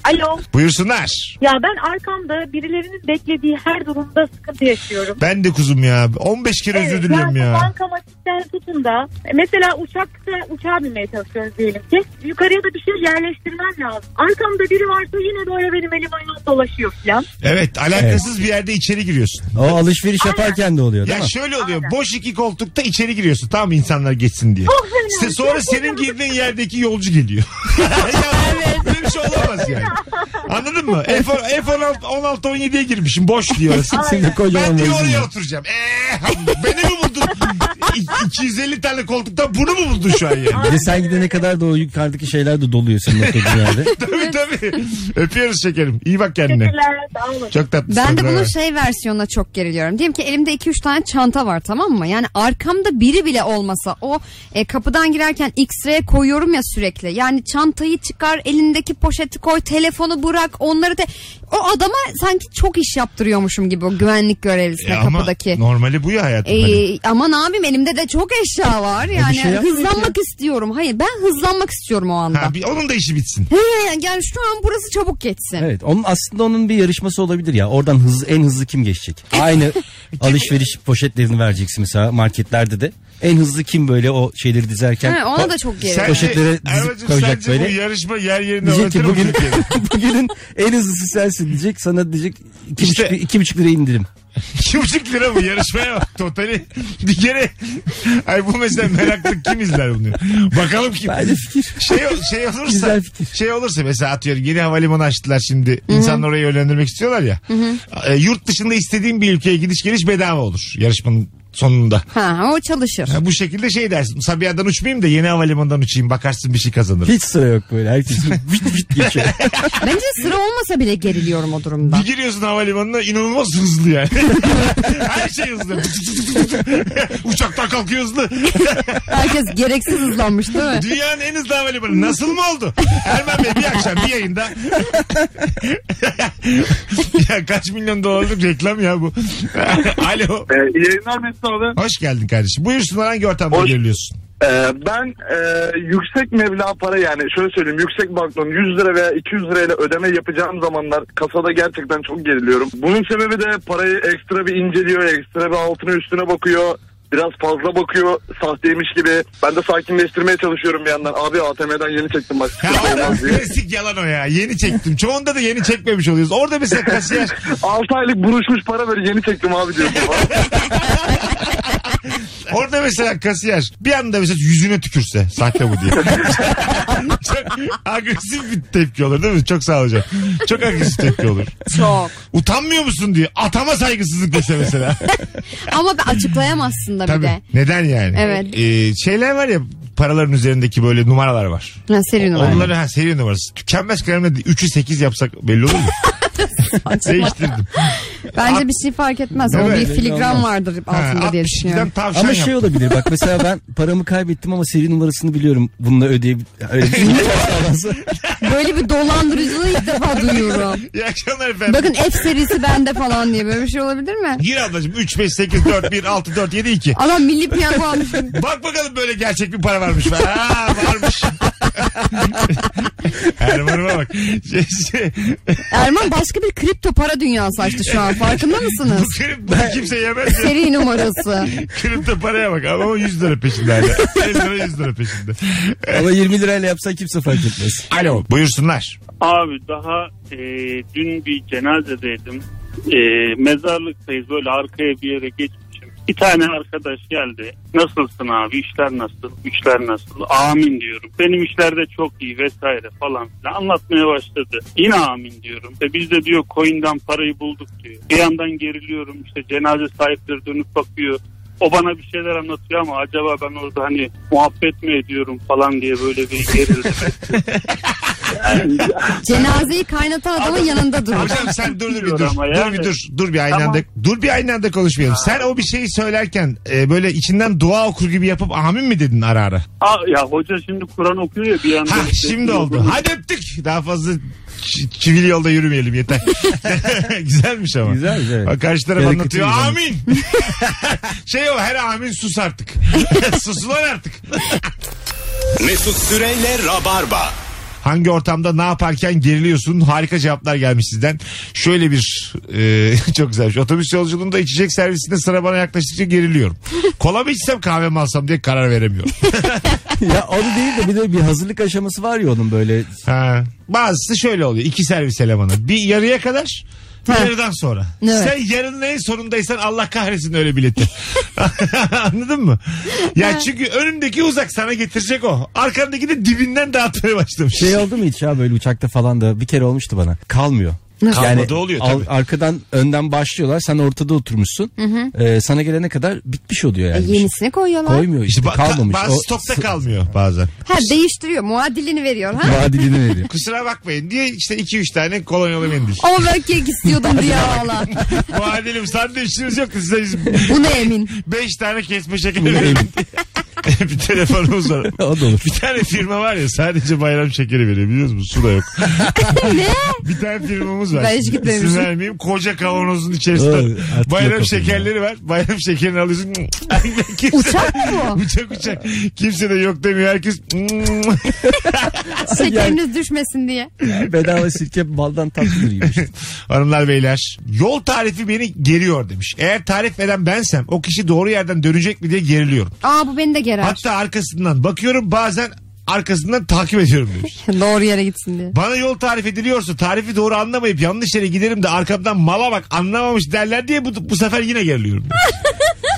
Speaker 5: Alo.
Speaker 2: Buyursunlar.
Speaker 5: Ya ben arkamda birilerinin beklediği her durumda sıkıntı yaşıyorum.
Speaker 2: Ben de kuzum ya. 15 kere özür diliyorum
Speaker 5: yani
Speaker 2: ya.
Speaker 5: bankamatikten tutun da e, mesela uçakta uçağa binmeye çalışıyoruz diyelim ki. Yukarıya da bir şey yerleştirmem lazım. Arkamda biri varsa yine böyle benim elim ayağım dolaşıyor falan.
Speaker 2: Evet. Alakasız bir yerde içeri giriyorsun.
Speaker 4: O alışveriş yaparken de oluyor değil
Speaker 2: Ya
Speaker 4: mi?
Speaker 2: şöyle oluyor. Boş iki koltukta içeri giriyorsun. Tam insanlar geçsin diye.
Speaker 5: Çok fena.
Speaker 2: Se- sonra senin girdiğin yerdeki yolcu geliyor. ya, Böyle bir şey olamaz yani. Anladın mı? F- F-16-17'ye girmişim. Boş diyor orası.
Speaker 4: Şimdi
Speaker 2: Ben
Speaker 4: kocaman
Speaker 2: diyor
Speaker 4: valizim
Speaker 2: oraya
Speaker 4: var.
Speaker 2: oturacağım. Eee, beni mi buldun? İ- 250 tane koltuktan bunu mu buldun şu an yani?
Speaker 4: Bir de sen gidene kadar da o yukarıdaki şeyler de doluyor senin oturduğun yerde.
Speaker 2: tabii tabii. Öpüyoruz şekerim. İyi bak kendine.
Speaker 5: Teşekkürler. Sağ olun.
Speaker 2: Çok tatlısın.
Speaker 3: Ben de
Speaker 2: bravo.
Speaker 3: bunun şey versiyonuna çok geriliyorum. Diyelim ki elimde 2-3 tane çanta var tamam mı? Yani arkamda biri bile olmasa o e, kapıdan girerken X-ray'e koyuyorum ya sürekli. Yani çantayı çıkar, elindeki poşeti koy, telefonu bırak, onları da o adama sanki çok iş yaptırıyormuşum gibi o güvenlik görevlisine
Speaker 2: Ya E ama
Speaker 3: kapıdaki.
Speaker 2: normali bu ya hayatım.
Speaker 3: Ee,
Speaker 2: Hani. E,
Speaker 3: aman abim elimde de çok eşya var yani
Speaker 4: şey yapmayın
Speaker 3: hızlanmak istiyorum. Hayır ben hızlanmak istiyorum o anda.
Speaker 2: Ha, bir, onun da işi bitsin.
Speaker 3: He, yani şu an burası çabuk geçsin.
Speaker 4: Evet onun aslında onun bir yarışması olabilir ya. Oradan hız en hızlı kim geçecek? Aynı alışveriş poşetlerini vereceksin mesela marketlerde de. En hızlı kim böyle o şeyleri dizerken.
Speaker 3: He, ona da çok geriliyorum.
Speaker 4: Poşetlere dizip
Speaker 2: Erman'cığım
Speaker 4: koyacak
Speaker 2: sence
Speaker 4: böyle.
Speaker 2: bu yarışma yer yerine
Speaker 4: Diyecek
Speaker 2: oynatır
Speaker 4: ki
Speaker 2: mı?
Speaker 4: bugün,
Speaker 2: Türkiye'de?
Speaker 4: bugünün en hızlısı sensin diyecek. Sana diyecek iki,
Speaker 2: İşte-
Speaker 4: buçuk, iki buçuk lira indirim.
Speaker 2: 2,5 lira mı yarışmaya bak totali. Bir kere ay bu mesela meraklı kim izler bunu? Bakalım kim.
Speaker 4: Bence fikir.
Speaker 2: Şey, ol- şey olursa
Speaker 4: Güzel fikir.
Speaker 2: şey olursa mesela atıyorum yeni havalimanı açtılar şimdi. İnsanlar orayı yönlendirmek istiyorlar ya. E, yurt dışında istediğin bir ülkeye gidiş geliş bedava olur. Yarışmanın sonunda.
Speaker 3: Ha, o çalışır.
Speaker 2: Ha, bu şekilde şey dersin. Sabiha'dan uçmayayım da yeni havalimanından uçayım. Bakarsın bir şey kazanırım.
Speaker 4: Hiç sıra yok böyle. Herkes vit vit geçiyor.
Speaker 2: şey
Speaker 3: Bence sıra olmasa bile geriliyorum o durumda.
Speaker 2: Bir giriyorsun havalimanına inanılmaz hızlı yani. Her şey hızlı. Tık tık tık tık tık. Uçaktan kalkıyor hızlı.
Speaker 3: Herkes gereksiz hızlanmış değil mi?
Speaker 2: Dünyanın en hızlı havalimanı. Nasıl mı oldu? Erman Bey bir akşam bir yayında. ya kaç milyon dolarlık reklam ya bu. Alo.
Speaker 7: Ee, iyi yayınlar Mesut abi.
Speaker 2: Hoş geldin kardeşim. Buyursunlar hangi ortamda
Speaker 7: Hoş-
Speaker 2: görülüyorsun?
Speaker 7: Ee, ben e, yüksek meblağ para yani şöyle söyleyeyim yüksek banknot 100 lira veya 200 lirayla ödeme yapacağım zamanlar kasada gerçekten çok geriliyorum. Bunun sebebi de parayı ekstra bir inceliyor, ekstra bir altına üstüne bakıyor. Biraz fazla bakıyor sahteymiş gibi. Ben de sakinleştirmeye çalışıyorum bir yandan. Abi ATM'den yeni çektim bak.
Speaker 2: Ya o
Speaker 7: Olmaz diye.
Speaker 2: klasik yalan o ya. Yeni çektim. Çoğunda da yeni çekmemiş oluyoruz. Orada mesela kasiyer
Speaker 7: 6 aylık buruşmuş para böyle yeni çektim abi diyor.
Speaker 2: Orada mesela kasiyer bir anda mesela yüzüne tükürse sahte bu diye. Çok agresif bir tepki olur değil mi? Çok sağ ol hocam. Çok agresif tepki olur.
Speaker 3: Çok.
Speaker 2: Utanmıyor musun diye atama saygısızlık dese mesela.
Speaker 3: Ama ben açıklayamazsın da bir
Speaker 2: Tabii.
Speaker 3: de.
Speaker 2: Neden yani?
Speaker 3: Evet.
Speaker 2: Ee, şeyler var ya paraların üzerindeki böyle numaralar var.
Speaker 3: Ha, seri numara.
Speaker 2: Onları ha seri numarası. Tükenmez kalemle 3'ü 8 yapsak belli olur mu? Değiştirdim.
Speaker 3: Bence bir şey fark etmez. O
Speaker 2: Evet.
Speaker 3: bir filigran vardır
Speaker 2: Ha,
Speaker 3: altında diye
Speaker 2: 62'den
Speaker 3: düşünüyorum.
Speaker 2: tavşan
Speaker 4: ama
Speaker 2: yaptım.
Speaker 4: şey olabilir bak mesela ben paramı kaybettim ama seri numarasını biliyorum. Bununla ödeyebilirim.
Speaker 3: Böyle bir dolandırıcılığı ilk defa duyuyorum.
Speaker 2: İyi akşamlar efendim.
Speaker 3: Bakın F serisi bende falan diye böyle bir şey olabilir mi?
Speaker 2: Gir ablacığım 3, 5, 8, 4, 1, 6, 4, 7, 2.
Speaker 3: Adam milli piyango almışım.
Speaker 2: Bak bakalım böyle gerçek bir para varmış. mı? Ha varmış. Erman'ıma bak. Şey, şey,
Speaker 3: Erman başka bir kripto para dünyası açtı şu an. Farkında
Speaker 2: bu
Speaker 3: mısınız?
Speaker 2: kripto kimse yemez ya.
Speaker 3: Seri numarası.
Speaker 2: Kripto paraya bak ama o 100 lira peşinde hala. 50 lira 100 lira peşinde.
Speaker 4: ama 20 lirayla yapsan kimse fark etmez.
Speaker 2: Alo buyursunlar.
Speaker 8: Abi daha e, dün bir cenazedeydim. E, mezarlıktayız böyle arkaya bir yere geçmişim. Bir tane arkadaş geldi. Nasılsın abi işler nasıl? İşler nasıl? Amin diyorum. Benim işlerde çok iyi vesaire falan filan. Anlatmaya başladı. Yine amin diyorum. E biz de diyor coin'den parayı bulduk diyor. Bir yandan geriliyorum. İşte cenaze sahipleri dönüp bakıyor. O bana bir şeyler anlatıyor ama acaba ben orada hani muhabbet mi ediyorum falan diye böyle bir gerildim.
Speaker 3: Cenazeyi kaynatan adamın yanında durur.
Speaker 2: Hocam sen dur dur bir dur.
Speaker 8: Bilmiyorum ama
Speaker 2: Dur
Speaker 8: yani.
Speaker 2: bir dur. Dur bir aynı
Speaker 8: Tamam.
Speaker 2: anda. Dur bir aynı anda konuşmayalım. Sen o bir şeyi söylerken e, böyle içinden dua okur gibi yapıp amin mi dedin ara ara?
Speaker 8: Aa, ya hoca şimdi Kur'an okuyor ya bir yandan.
Speaker 2: Ha şimdi oldu. Hadi öptük. Daha fazla ç- çivili yolda yürümeyelim yeter. Güzelmiş ama.
Speaker 4: Güzel, güzel.
Speaker 2: Bak karşı taraf
Speaker 4: Hareketi
Speaker 2: anlatıyor.
Speaker 4: güzel.
Speaker 2: Amin. şey o her amin sus artık. Sus lan artık.
Speaker 1: Mesut Süreyle Rabarba.
Speaker 2: Hangi ortamda ne yaparken geriliyorsun? Harika cevaplar gelmiş sizden. Şöyle bir e, çok güzelmiş. Otobüs yolculuğunda içecek servisinde sıra bana yaklaştıkça geriliyorum. Kola mı içsem kahve mi alsam diye karar veremiyorum.
Speaker 4: ya o da değil de bir de bir hazırlık aşaması var ya onun böyle.
Speaker 2: Ha. Bazısı şöyle oluyor. İki servis elemanı. Bir yarıya kadar bir
Speaker 3: Ha.
Speaker 2: yarıdan sonra.
Speaker 3: Evet.
Speaker 2: Sen yarının en sonundaysan Allah kahretsin öyle bileti. Anladın mı? Ya çünkü önündeki uzak sana getirecek o. Arkandaki de dibinden dağıtmaya başlamış.
Speaker 4: Şey oldu mu hiç ya böyle uçakta falan da bir kere olmuştu bana. Kalmıyor.
Speaker 2: Kalmadı oluyor
Speaker 4: al-
Speaker 2: tabii.
Speaker 4: arkadan önden başlıyorlar. Sen ortada oturmuşsun. Ee, sana gelene kadar bitmiş oluyor
Speaker 3: E,
Speaker 4: yani.
Speaker 3: yenisini koyuyorlar.
Speaker 4: Koymuyor işte,
Speaker 2: İşte ba-
Speaker 4: kalmamış.
Speaker 2: Bazı
Speaker 4: O-
Speaker 2: stokta
Speaker 4: s-
Speaker 2: kalmıyor bazen.
Speaker 3: Ha değiştiriyor. Muadilini veriyor ha.
Speaker 4: Vadilini veriyor.
Speaker 2: Kusura bakmayın diye işte 2-3 tane kolonyalı mendil.
Speaker 3: Ama ben kek istiyordum diye ağla.
Speaker 2: Vadelim sandviçiniz yok da size
Speaker 3: Buna emin.
Speaker 2: 5 tane kesme şekeri verin. bir telefonumuz var.
Speaker 4: O da olur.
Speaker 2: Bir tane firma var ya sadece bayram şekeri veriyor biliyor musun? Su da yok.
Speaker 3: ne?
Speaker 2: Bir tane firmamız var.
Speaker 3: Ben hiç gitmemişim.
Speaker 2: İsim vermeyeyim. Koca kavanozun içerisinde
Speaker 4: Evet, artık yok
Speaker 2: bayram
Speaker 4: o
Speaker 2: şekerleri var. Bayram şekerini alıyorsun. Kimse-
Speaker 3: Uçak mı bu?
Speaker 2: Uçak uçak. Kimse de yok demiyor. Herkes "Hmm."
Speaker 3: Şekeriniz düşmesin diye.
Speaker 4: Bedava sirke baldan tatlıdır gibi işte.
Speaker 2: Hanımlar beyler yol tarifi beni geriyor demiş. Eğer tarif eden bensem o kişi doğru yerden dönecek mi diye geriliyorum.
Speaker 3: Aa bu beni de gerer.
Speaker 2: Hatta arkasından bakıyorum bazen arkasından takip ediyorum demiş.
Speaker 3: Doğru yere gitsin diye.
Speaker 2: Bana yol tarif ediliyorsa tarifi doğru anlamayıp yanlış yere giderim de arkamdan mala bak anlamamış derler diye bu, bu sefer yine geriliyorum.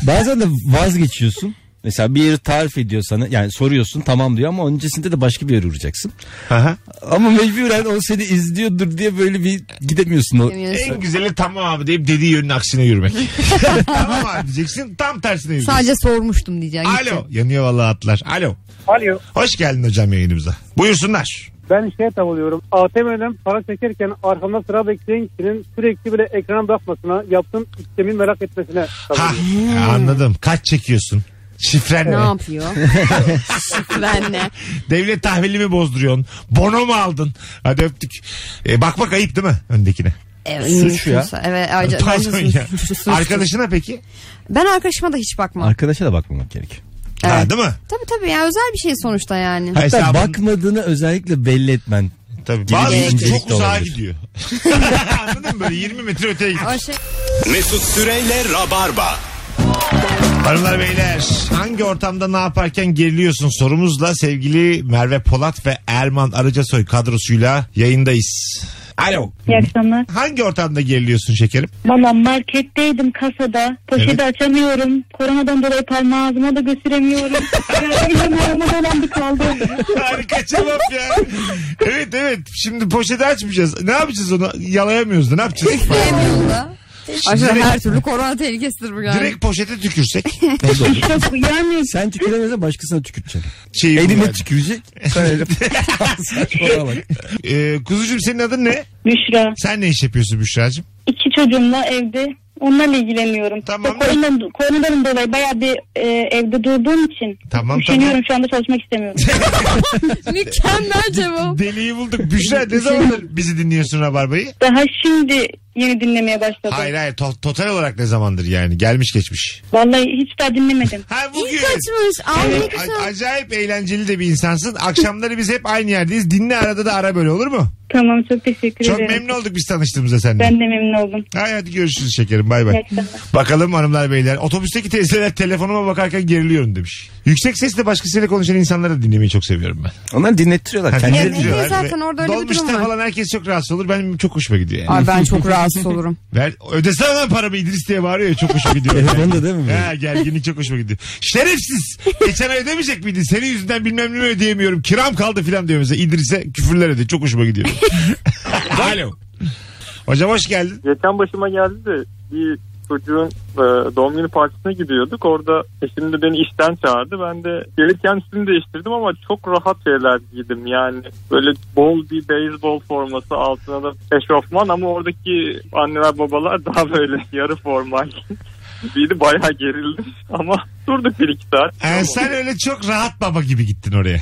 Speaker 4: Bazen de vazgeçiyorsun. Mesela bir yeri tarif ediyor sana yani soruyorsun tamam diyor ama öncesinde de başka bir yere uğrayacaksın.
Speaker 2: Aha.
Speaker 4: Ama mecburen o seni izliyordur diye böyle bir gidemiyorsun. O.
Speaker 3: Demiyorsun.
Speaker 2: En güzeli tamam abi deyip dediği yönün aksine yürümek. tamam abi diyeceksin tam tersine yürüyeceksin.
Speaker 3: Sadece sormuştum diyeceksin.
Speaker 2: Alo. Yanıyor vallahi atlar. Alo.
Speaker 9: Alo.
Speaker 2: Hoş geldin hocam yayınımıza. Buyursunlar.
Speaker 9: Ben şey tavlıyorum. ATM'den para çekerken arkamda sıra bekleyen kişinin sürekli bile ekrana bakmasına, yaptığım işlemi merak etmesine
Speaker 2: Ha, e,
Speaker 9: tavlıyorum.
Speaker 2: anladım. Kaç çekiyorsun? Şifren
Speaker 3: Ne
Speaker 2: ne?
Speaker 3: yapıyor? ben ne?
Speaker 2: Devlet tahvili mi bozduruyorsun? Bono mu aldın? Hadi öptük. Ee, bakmak ayıp değil mi öndekine?
Speaker 3: Evet,
Speaker 4: Suç ya.
Speaker 3: mümkünse. Evet, ayrıca-
Speaker 2: Pardon
Speaker 3: bence
Speaker 2: ya.
Speaker 3: suç- suç- suç-
Speaker 2: Arkadaşına peki?
Speaker 3: Ben arkadaşıma da hiç bakmam.
Speaker 4: Arkadaşa da bakmamak gerek.
Speaker 2: Ha,
Speaker 3: Evet.
Speaker 2: değil mi?
Speaker 3: Tabii tabii ya özel bir şey sonuçta yani.
Speaker 4: Hatta
Speaker 2: Hesabın-
Speaker 4: bakmadığını özellikle belli etmen.
Speaker 2: Tabii.
Speaker 4: Geri
Speaker 2: Bazen
Speaker 4: bildirimcilik
Speaker 2: çok
Speaker 4: de
Speaker 2: uzağa
Speaker 4: olabilir.
Speaker 2: gidiyor. Anladın mı? Böyle 20 metre öteye gidiyor.
Speaker 3: O şey-
Speaker 1: Mesut Süreyle Rabarba.
Speaker 2: Hanımlar beyler hangi ortamda ne yaparken geriliyorsun sorumuzla sevgili Merve Polat ve Erman Arıcasoy kadrosuyla yayındayız. Alo.
Speaker 5: İyi akşamlar.
Speaker 2: Hangi ortamda geriliyorsun şekerim?
Speaker 5: Valla marketteydim kasada. Poşeti
Speaker 2: Evet.
Speaker 5: açamıyorum. Koronadan dolayı parmağı ağzıma da götüremiyorum. Yani elim ayağıma dolandı kaldı.
Speaker 2: Harika cevap ya. Evet evet şimdi poşeti açmayacağız. Ne yapacağız onu? Yalayamıyoruz da ne yapacağız?
Speaker 3: Sevmiyorlar. Aşırı
Speaker 2: direkt-
Speaker 3: her türlü korona tehlikesidir bu yani.
Speaker 2: Direkt poşete tükürsek.
Speaker 4: O da olur.
Speaker 5: Çok yani
Speaker 4: Sen tüküremezsen başkasına tüküreceksin.
Speaker 2: Şeyi
Speaker 4: Eline
Speaker 2: Elime
Speaker 4: tükürecek. Sen öyle- Saçmalama bak.
Speaker 2: Ee, kuzucuğum senin adın ne?
Speaker 5: Büşra.
Speaker 2: Sen ne iş yapıyorsun Büşra'cığım?
Speaker 5: İki çocuğumla evde. Onlarla ilgileniyorum.
Speaker 2: Tamam.
Speaker 5: İşte korona- koronadan dolayı bayağı bir e, evde durduğum için
Speaker 2: Tamam,
Speaker 5: üşeniyorum şu anda çalışmak istemiyorum.
Speaker 3: Mükemmel cevap.
Speaker 2: Deliği bulduk. Büşra ne zamandır bizi dinliyorsun Rabarba'yı?
Speaker 5: Daha şimdi yeni dinlemeye başladım.
Speaker 2: Hayır hayır to- total olarak ne zamandır yani gelmiş geçmiş.
Speaker 5: Vallahi hiç daha dinlemedim.
Speaker 2: Ha
Speaker 3: İyi
Speaker 2: bugün.
Speaker 3: kaçmış. Ay ne
Speaker 2: Evet, a-
Speaker 3: güzel.
Speaker 2: acayip eğlenceli de bir insansın. Akşamları biz hep aynı yerdeyiz. Dinle arada da ara böyle olur mu?
Speaker 5: Tamam çok teşekkür
Speaker 2: Çok
Speaker 5: ederim.
Speaker 2: memnun olduk biz tanıştığımıza seninle.
Speaker 5: Ben de memnun oldum.
Speaker 2: Hay hadi görüşürüz şekerim bay bay.
Speaker 5: İyi akşamlar.
Speaker 2: Bakalım hanımlar beyler. Otobüsteki teyzeler telefonuma bakarken geriliyorum demiş. Yüksek sesle başkasıyla konuşan insanları da dinlemeyi çok seviyorum ben.
Speaker 4: Onları dinlettiriyorlar.
Speaker 2: Hani
Speaker 4: Kendileri
Speaker 3: Evet,
Speaker 2: dinliyorlar
Speaker 3: evet, zaten
Speaker 2: ve
Speaker 3: orada öyle bir
Speaker 2: dolmuşta
Speaker 3: durum var.
Speaker 2: falan herkes çok rahatsız olur. Benim çok hoşuma gidiyor yani.
Speaker 3: Ay ben çok rahatsız olurum.
Speaker 2: Ver, ödesene lan paramı İdris diye bağırıyor ya, çok hoşuma gidiyor.
Speaker 4: Evet, bana da değil mi böyle?
Speaker 2: Ha, gerginlik çok hoşuma gidiyor. Şerefsiz. Geçen ay ödemeyecek miydin? Senin yüzünden bilmem ne ödeyemiyorum. Kiram kaldı filan diyor mesela. İdris'e küfürler ediyor. Çok hoşuma gidiyor. Alo. Hocam hoş geldin.
Speaker 9: Geçen başıma geldi de bir çocuğun e, doğum günü partisine gidiyorduk. Orada eşim de beni işten çağırdı. Ben de gelirken üstümü değiştirdim ama çok rahat şeyler giydim. Yani böyle bol bir beyzbol forması altına da eşofman ama oradaki anneler babalar daha böyle yarı formal giydi. Bayağı gerildim ama durduk bir iki saat.
Speaker 2: Ee, sen öyle çok rahat baba gibi gittin oraya.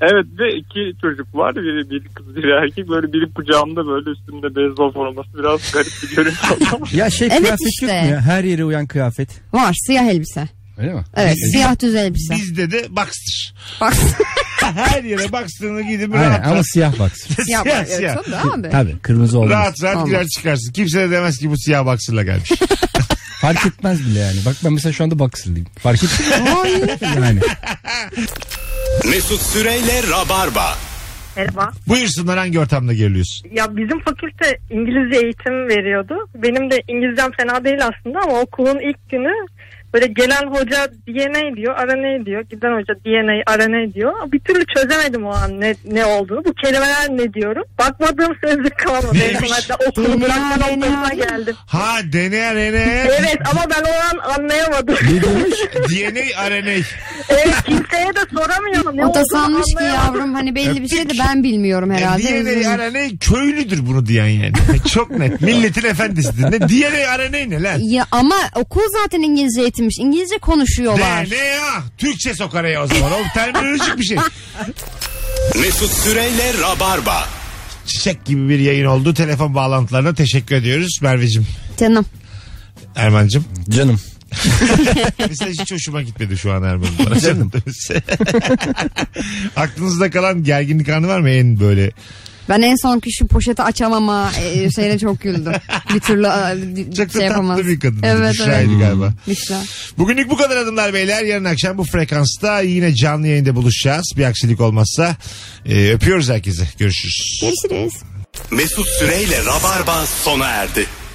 Speaker 9: Evet ve iki çocuk var. Biri, biri kız biri erkek. Böyle biri kucağımda böyle üstümde beyzbol forması biraz garip bir görüntü oldu ama.
Speaker 4: Ya şey
Speaker 3: Evet
Speaker 4: kıyafet
Speaker 3: işte.
Speaker 4: yok mu ya? Her yere uyan kıyafet.
Speaker 3: Var siyah elbise.
Speaker 4: Öyle mi?
Speaker 3: Evet siyah düz elbise.
Speaker 2: Bizde de Baxter.
Speaker 3: Bak
Speaker 2: Her yere Baxter'ını gidip
Speaker 4: Aynen,
Speaker 2: rahat
Speaker 4: ama
Speaker 2: rahat.
Speaker 4: siyah baksın.
Speaker 3: siyah.
Speaker 2: Siyah,
Speaker 3: bak-
Speaker 2: siyah.
Speaker 3: evet, Tabii abi.
Speaker 4: Tabii kırmızı olmaz.
Speaker 2: Rahat rahat
Speaker 3: Olmaz.
Speaker 2: girer çıkarsın. Kimse de demez ki bu siyah Baxter'la gelmiş.
Speaker 4: Fark etmez bile yani. Bak ben mesela şu anda baksırlıyım. Fark etmez. yani.
Speaker 1: Mesut Süreyle Rabarba.
Speaker 10: Merhaba.
Speaker 2: Buyursunlar hangi ortamda geriliyorsun?
Speaker 10: Ya bizim fakülte İngilizce eğitimi veriyordu. Benim de İngilizcem fena değil aslında ama okulun ilk günü böyle gelen hoca DNA diyor, RNA diyor. Giden hoca DNA, RNA diyor. Bir türlü çözemedim o an ne, ne olduğunu. Bu kelimeler ne diyorum. Bakmadığım sözlük kalmadı. En son
Speaker 2: Neymiş?
Speaker 10: hatta okulu bırakma noktasına geldim.
Speaker 2: Ha DNA RNA.
Speaker 10: Evet ama ben o an anlayamadım.
Speaker 2: DNA RNA.
Speaker 10: evet kimseye de soramıyorum. Ne
Speaker 3: O da
Speaker 10: olduğunu
Speaker 3: sanmış ki
Speaker 10: anlayamadım.
Speaker 3: yavrum hani belli bir şey de
Speaker 2: Öptük.
Speaker 3: ben bilmiyorum herhalde.
Speaker 2: E,
Speaker 3: Üzülürüm.
Speaker 2: DNA RNA köylüdür bunu diyen yani. E, Çok net. Milletin efendisidir. Ne? DNA RNA ne lan?
Speaker 3: Ya ama okul zaten İngilizce eğitimmiş. İngilizce konuşuyorlar.
Speaker 2: DNA. Türkçe sok araya o zaman. Oğlum terminolojik bir şey.
Speaker 1: Mesut Süreyle Rabarba.
Speaker 2: Çiçek gibi bir yayın oldu. Telefon bağlantılarına teşekkür ediyoruz. Merveciğim.
Speaker 3: Canım.
Speaker 2: Erman'cığım.
Speaker 4: Canım.
Speaker 2: Mesela hiç hoşuma gitmedi şu an Erman'ın bana. Canım. Aklınızda kalan gerginlik anı var mı? En böyle
Speaker 3: Ben en sonki şu poşeti açamama e, şeyine çok güldüm. Bir türlü e,
Speaker 2: Çok da
Speaker 3: şey
Speaker 2: tatlı
Speaker 3: yapamaz.
Speaker 2: bir kadın.
Speaker 3: Evet
Speaker 2: Büşra'ydı
Speaker 3: evet.
Speaker 2: galiba.
Speaker 3: Büşra.
Speaker 2: Bugünlük bu kadar adımlar beyler. Yarın akşam bu frekansta yine canlı yayında buluşacağız. Bir aksilik olmazsa Ee, öpüyoruz herkese. Görüşürüz.
Speaker 3: Görüşürüz.
Speaker 1: Mesut Süreyle Rabarba sona erdi.